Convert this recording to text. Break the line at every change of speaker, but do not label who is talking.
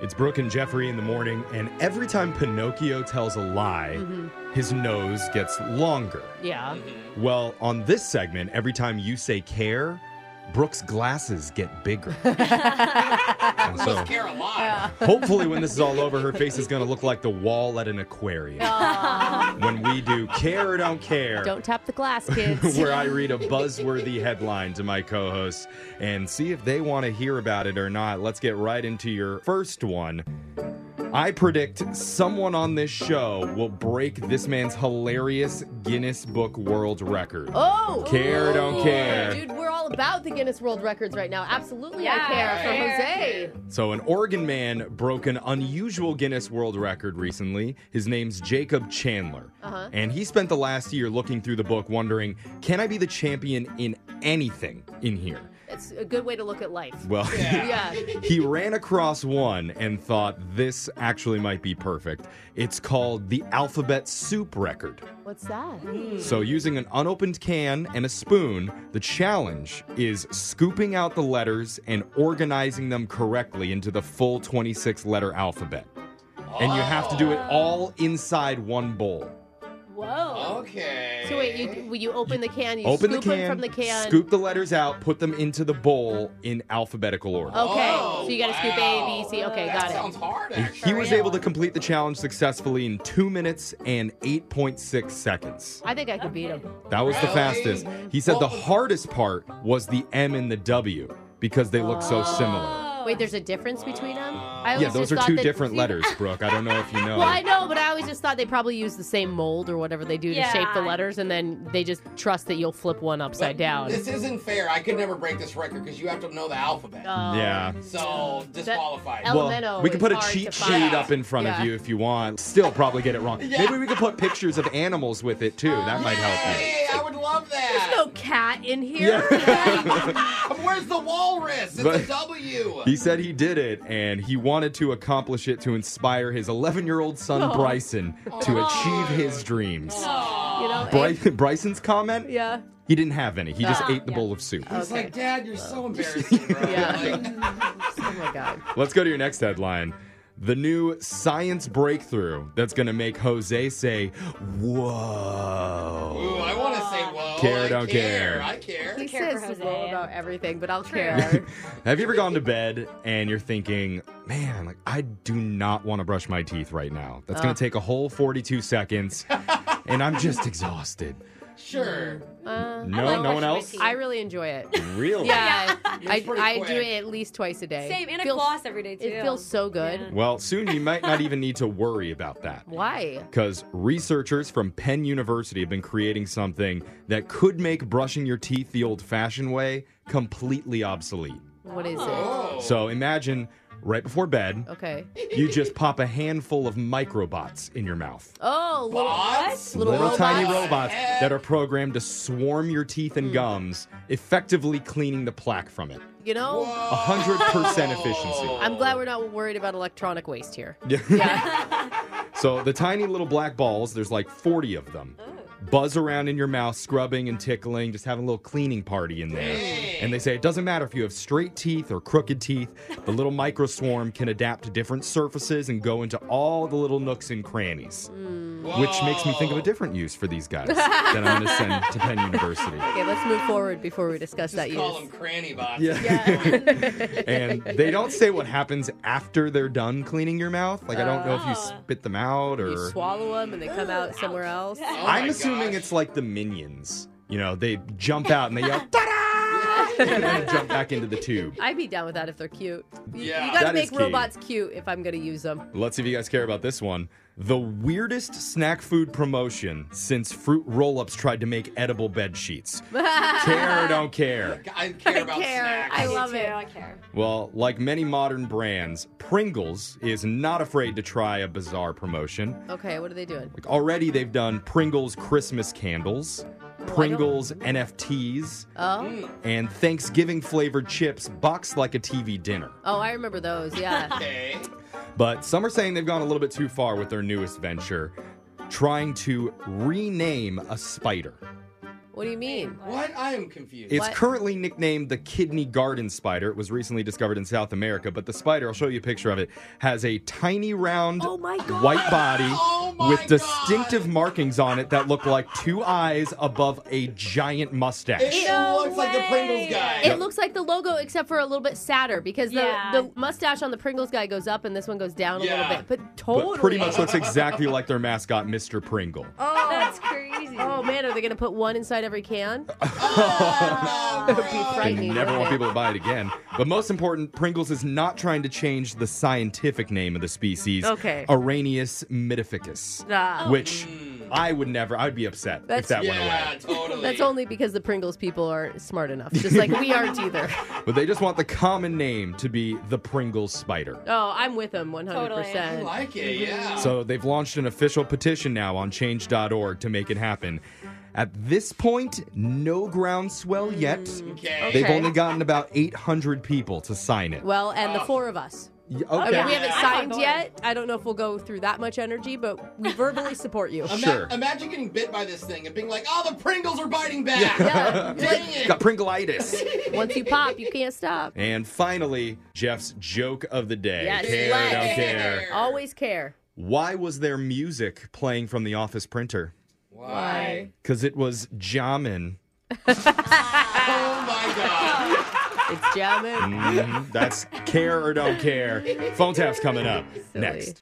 It's Brooke and Jeffrey in the morning, and every time Pinocchio tells a lie, his nose gets longer.
Yeah.
Mm-hmm. Well, on this segment, every time you say care, Brooke's glasses get bigger. And so, hopefully, when this is all over, her face is going to look like the wall at an aquarium. When we do care or don't care,
Don't tap the glass, kids.
where I read a buzzworthy headline to my co hosts and see if they want to hear about it or not. Let's get right into your first one. I predict someone on this show will break this man's hilarious Guinness Book World Record.
Oh!
Care, don't care.
Dude, we're all about the Guinness World Records right now. Absolutely,
Yeah,
I care. From
care.
Jose.
So, an Oregon man broke an unusual Guinness World Record recently. His name's Jacob Chandler.
Uh-huh.
And he spent the last year looking through the book, wondering, can I be the champion in anything in here?
It's a good way to look at life.
Well,
Yeah.
he ran across one and thought this actually might be perfect. It's called the alphabet soup record.
What's that?
So, using an unopened can and a spoon, the challenge is scooping out the letters and organizing them correctly into the full 26 letter alphabet. And you have to do it all inside one bowl.
Whoa.
Okay.
So wait, you will you open the can, you
Open the
scoop
can,
them from the can.
scoop the letters out, put them into the bowl in alphabetical order.
Okay.
Oh,
so you gotta scoop A, B, C. Okay,
that
got it.
sounds hard,
And
actually.
He was able to complete the challenge successfully in two minutes and 8.6 seconds.
I think I could beat him.
That was the
Really?
fastest. He said the hardest part was the M and the W because they look so similar.
Wait, there's a difference between them? Oh. I
Yeah,
always
those
just
are
thought
two
that-
different letters, Brooke. I don't know if you know.
Well, I know, but I always just thought they probably use the same mold or whatever they do to shape the
Yeah.
letters, and then they just trust that you'll flip one
But
upside down.
This isn't fair. I could never break this record because you have to know the alphabet.
Oh.
Yeah.
so disqualified.
ele- Elemento
we can
is
put a
hard
cheat
to find.
sheet up in front
Yeah.
of you if you want. Still probably get it wrong.
Yeah.
Maybe we could put pictures of animals with it too. That might help
Yay, I would love that. Um,
There's no cat in
you.
here.
Yeah.
Where's the walrus? It's
But-
a W.
He said he did it and he wanted to accomplish it to inspire his 11 year old son Bryson to achieve his dreams.
You know,
Bry- Bryson's comment?
yeah.
He didn't have any. He just
Yeah.
ate the bowl of soup.
He's
Okay. Uh,
like, Dad, you're so embarrassing, bro.
Yeah.
Like,
Oh my god.
Let's go to your next headline. The new science breakthrough that's going to make Jose say,
ooh,
Whoa.
I want to say, whoa.
Care,
I
don't care.
I care.
He
care for
says
Jose.
well about everything, but I'll care.
Have you ever gone to bed and you're thinking, man, like, I do not want to brush my teeth right now? That's going
Uh.
to take a whole 42 seconds, and I'm just exhausted.
Sure.
Uh,
No, no one
like brushing my
else?
teeth.
I really enjoy it.
Really?
Yeah, I,
pretty
I
quick.
do it at least twice a day.
Same, and a
Feels-
gloss every day too.
It feels so good.
Yeah.
Well, soon you might not even need to worry about that.
Why?
Because researchers from Penn University have been creating something that could make brushing your teeth the old fashioned way completely obsolete.
What is it?
Oh.
So imagine right before bed,
Okay.
you just pop a handful of microbots in your mouth.
Oh, little,
Bots?
Little robots?
tiny
What the
robots
heck?
that are programmed to swarm your teeth and gums, effectively cleaning the plaque from it.
you know.
100% efficiency.
I'm glad we're not worried about electronic waste here.
So the tiny little black balls, there's like 40 of them, buzz around in your mouth, scrubbing and tickling, just having a little cleaning party in there. And they say it doesn't matter if you have straight teeth or crooked teeth, the little micro swarm can adapt to different surfaces and go into all the little nooks and crannies, which makes me think of a different use for these guys that I'm going to send to Penn University.
Okay, let's move forward before we discuss that
Just call them
use.
cranny Oh bots.
Yeah. and they don't say what happens after they're done cleaning your mouth. Like, I don't know if you
Oh.
spit them out or.
You swallow them and they come out somewhere else.
Oh my
I'm assuming
gosh.
it's like the minions. You know, they jump out and they yell, ta-da! and then jump back into the tube.
I'd be down with that if they're cute. You,
Yeah.
you gotta
That is
make
key.
robots cute if I'm gonna use them.
Let's see if you guys care about this one. The weirdest snack food promotion since fruit roll-ups tried to make edible bed sheets. care or don't care.
I care about
care.
snacks.
I
I
love
love
it.
it. I care.
Well, like many modern brands, Pringles is not afraid to try a bizarre promotion.
Okay, what are they doing?
Like already they've done Pringles Christmas candles, Pringles NFTs,
Oh,
and Thanksgiving flavored chips boxed like a TV dinner.
oh, I remember those. Yeah.
Okay.
But some are saying they've gone a little bit too far with their newest venture, trying to rename a spider.
What do you mean?
What? I am confused.
It's
What?
currently nicknamed the kidney garden spider. It was recently discovered in South America, but the spider, I'll show you a picture of it, has a tiny round
Oh my God.
white body
Oh my
with
God.
distinctive markings on it that look like two eyes above a giant mustache.
It
No
looks like the
way.
Pringles guy.
It looks like the logo, except for a little bit sadder because the,
Yeah.
the mustache on the Pringles guy goes up and this one goes down a
Yeah.
little bit. But totally.
But pretty much looks exactly like their mascot, Mr. Pringle.
Oh,
That's crazy.
oh, man, are they gonna put one inside every can?
oh, no,
It would be
gross.
I
frightening.
never want
wouldn't
people to buy it again. But most important, Pringles is not trying to change the scientific name of the species,
Okay.
Araneus mitificus,
it? Ah.
which I would never. I'd be upset
That's-
if that went away.
Yeah, totally.
That's only because the Pringles people are smart enough, just like we aren't either.
But they just want the common name to be the Pringles spider.
Oh, I'm with them 100%.
I like it, yeah.
So they've launched an official petition now on change.org to make it happen. At this point, no groundswell yet.
Mm,
okay.
They've only gotten about 800 people to sign it.
Well, and the four of us.
Y-
I
Okay.
mean, we haven't
Yeah.
signed
I thought
yet. I don't know if we'll go through that much energy, but we verbally support you.
Ima-
Sure.
Imagine getting bit by this thing and being like, "Oh, the Pringles are biting back."
Yeah.
Dang it.
Got Pringleitis.
Once you pop, you can't stop.
And finally, Jeff's joke of the day.
Yes,
care,
yes.
don't care.
Always care.
Why was there music playing from the office printer?
Why?
Because it was jamming.
Oh my god.
It's jamming.
Mm-hmm. Mhm. That's care or don't care. Phone tap's coming up
Silly.
next.